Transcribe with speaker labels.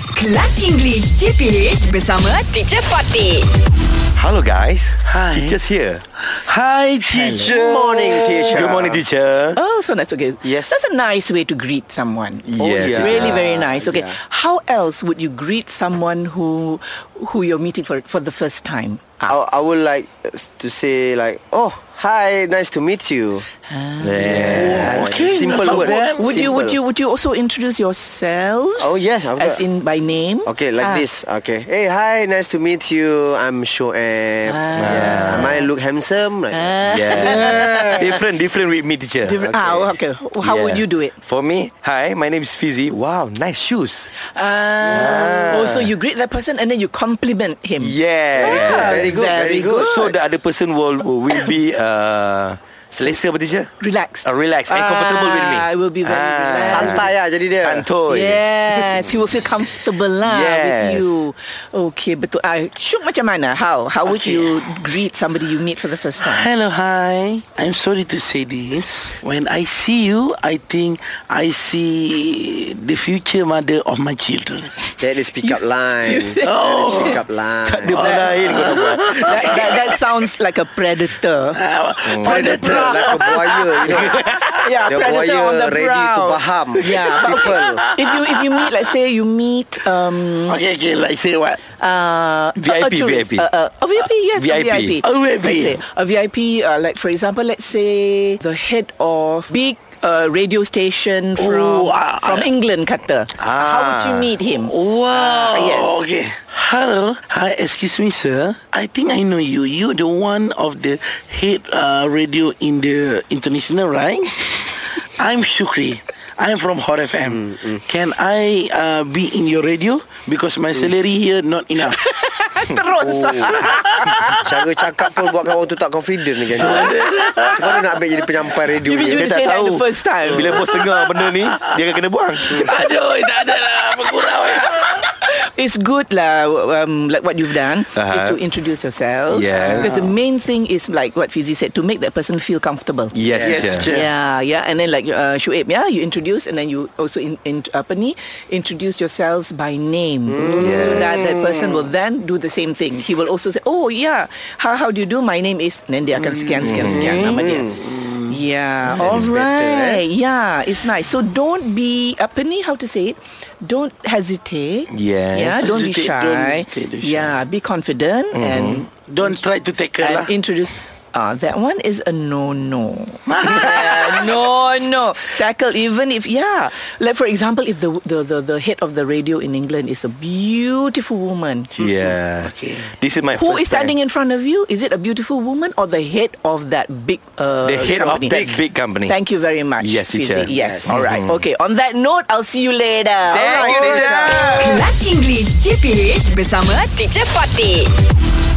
Speaker 1: Kelas English CPH bersama Teacher Fatih.
Speaker 2: Hello guys.
Speaker 3: Hi.
Speaker 2: Teacher's here.
Speaker 3: Hi, teacher.
Speaker 2: Good morning,
Speaker 3: teacher.
Speaker 2: Good morning, teacher.
Speaker 4: Oh, so that's okay.
Speaker 3: Yes.
Speaker 4: That's a nice way to greet someone.
Speaker 2: Oh, Yes. yeah.
Speaker 4: It's really very nice. Okay.
Speaker 3: Yeah.
Speaker 4: How else would you greet someone who who you're meeting for for the first time?
Speaker 3: I, I would like to say like, oh, hi, nice to meet you.
Speaker 2: Ah, Yeah.
Speaker 3: Okay. Simple
Speaker 4: So
Speaker 3: word. eh?
Speaker 4: wo- Would you would
Speaker 3: Simple.
Speaker 4: you would you also introduce yourselves?
Speaker 3: Oh, yes, I've
Speaker 4: As
Speaker 3: got-
Speaker 4: in by name.
Speaker 3: Okay,
Speaker 4: Ah.
Speaker 3: like this. Okay. Hey, hi, nice to meet you. I'm Shoaib.
Speaker 2: Ah.
Speaker 3: Yeah. Am I look handsome? Like,
Speaker 4: Ah.
Speaker 2: Yeah. different, different with me, teacher.
Speaker 4: Different- Ah, okay. How would
Speaker 2: Yeah.
Speaker 4: you do it?
Speaker 2: For me, hi, my name is Fizzy. Wow, nice shoes.
Speaker 4: Ah. Oh, so you greet that person and then you compliment him.
Speaker 2: Yeah.
Speaker 3: very good, very
Speaker 4: very
Speaker 3: good.
Speaker 2: Ah, So the other person will will be uh, selesa, apa, teacher?
Speaker 4: Relax.
Speaker 2: Uh, relaxed and comfortable with me.
Speaker 4: Ah, I will be very relaxed.
Speaker 3: Santai lah jadi dia.
Speaker 2: Santoy.
Speaker 4: Yes, he will feel comfortable lah with
Speaker 2: Yes.
Speaker 4: you. Okay, betul. I Syuk macam mana? How? How would
Speaker 5: Okay.
Speaker 4: you greet somebody you meet for the first time?
Speaker 5: Hello, hi. I'm sorry to say this. When I see you, I think I see the future mother of my children.
Speaker 3: That is pick up line. Oh. Pick up line.
Speaker 2: Dia pun lain kau nak buat.
Speaker 4: that, that, that sounds like a predator.
Speaker 5: Uh,
Speaker 2: Mm.
Speaker 3: Predator like a buaya, you know.
Speaker 4: yeah,
Speaker 3: The
Speaker 4: predator
Speaker 3: Ya, buaya
Speaker 4: on the
Speaker 3: ready to
Speaker 4: prowl.
Speaker 3: baham.
Speaker 4: Yeah.
Speaker 3: People.
Speaker 4: If you if you meet, like say you meet um
Speaker 5: Okay, okay, like say what?
Speaker 4: uh, a, a
Speaker 2: VIP,
Speaker 4: tourist,
Speaker 2: VIP.
Speaker 4: uh, uh, a VIP, yes,
Speaker 2: VIP.
Speaker 5: A VIP.
Speaker 4: a VIP, Let's say
Speaker 2: Oh,
Speaker 4: a VIP. Uh, like for example, let's say the head of big. Uh, radio station
Speaker 5: Oh,
Speaker 4: from
Speaker 5: ah,
Speaker 4: from England, kata. How would
Speaker 2: Ah.
Speaker 4: you meet him?
Speaker 5: Wow.
Speaker 4: yes.
Speaker 5: Okay. Hello. Hi, excuse me, sir. I think I know you. You're the one of the head uh, radio in the international, right? I'm Shukri. I'm from Hot FM.
Speaker 2: Mm,
Speaker 5: Can I uh, be in your radio? Because my
Speaker 2: Mm.
Speaker 5: salary here not enough.
Speaker 4: Terus.
Speaker 3: Cara cakap pun buatkan orang tu tak confident lagi Macam mana nak ambil jadi penyampai radio
Speaker 4: You mean
Speaker 3: ni?
Speaker 4: you
Speaker 2: Dia
Speaker 4: didn't
Speaker 2: tak
Speaker 4: say that
Speaker 2: tahu.
Speaker 4: the first time.
Speaker 2: Bila bos dengar benda ni, dia akan kena buang.
Speaker 5: Aduh, tak ada lah. Berkurau lah.
Speaker 4: It's good lah, um, like what you've done
Speaker 2: Uh-huh.
Speaker 4: is to introduce yourself.
Speaker 2: Yes.
Speaker 4: Because the main thing is like what Fizi said to make that person feel comfortable.
Speaker 2: Yes,
Speaker 5: Yes,
Speaker 2: teacher.
Speaker 5: teacher.
Speaker 4: Yeah, yeah, and then like uh, Shuib, yeah, you introduce and then you also in, in apa ni, introduce yourselves by name,
Speaker 5: Mm.
Speaker 4: so that that person will then do the same thing. He will also say, oh yeah, how how do you do? My name is, and then dia
Speaker 5: Mm.
Speaker 4: akan sekian sekian sekian nama dia.
Speaker 3: Hmm.
Speaker 4: Yeah, all
Speaker 3: is better,
Speaker 5: eh?
Speaker 4: right. Yeah, it's nice. So don't be apa ni? How to say it? Don't hesitate.
Speaker 2: Yes.
Speaker 4: Yeah, don't be
Speaker 5: Hesitate,
Speaker 4: shy.
Speaker 5: don't hesitate, don't shy. Mm-hmm.
Speaker 4: Yeah, be confident and
Speaker 5: Don't try to tackle lah.
Speaker 4: and introduce. Ah, that one is a no-no. Yeah, no, no. Tackle even if yeah. Like for example, if the, the the the head of the radio in England is a beautiful woman,
Speaker 2: Yeah.
Speaker 5: Okay.
Speaker 2: This is my
Speaker 4: who
Speaker 2: first
Speaker 4: is standing
Speaker 2: time.
Speaker 4: in front of you? Is it a beautiful woman or the head of that big uh,
Speaker 2: The head of
Speaker 4: company?
Speaker 2: that big company.
Speaker 4: Thank you very much.
Speaker 2: Yes, teacher.
Speaker 4: Fizi.
Speaker 2: Yes.
Speaker 4: Yes.
Speaker 2: Mm-hmm.
Speaker 4: All right. Okay. On that note, I'll see you later. All
Speaker 2: Thank
Speaker 4: right.
Speaker 2: you, teacher.
Speaker 1: Kelas English CPH bersama Teacher Fatih.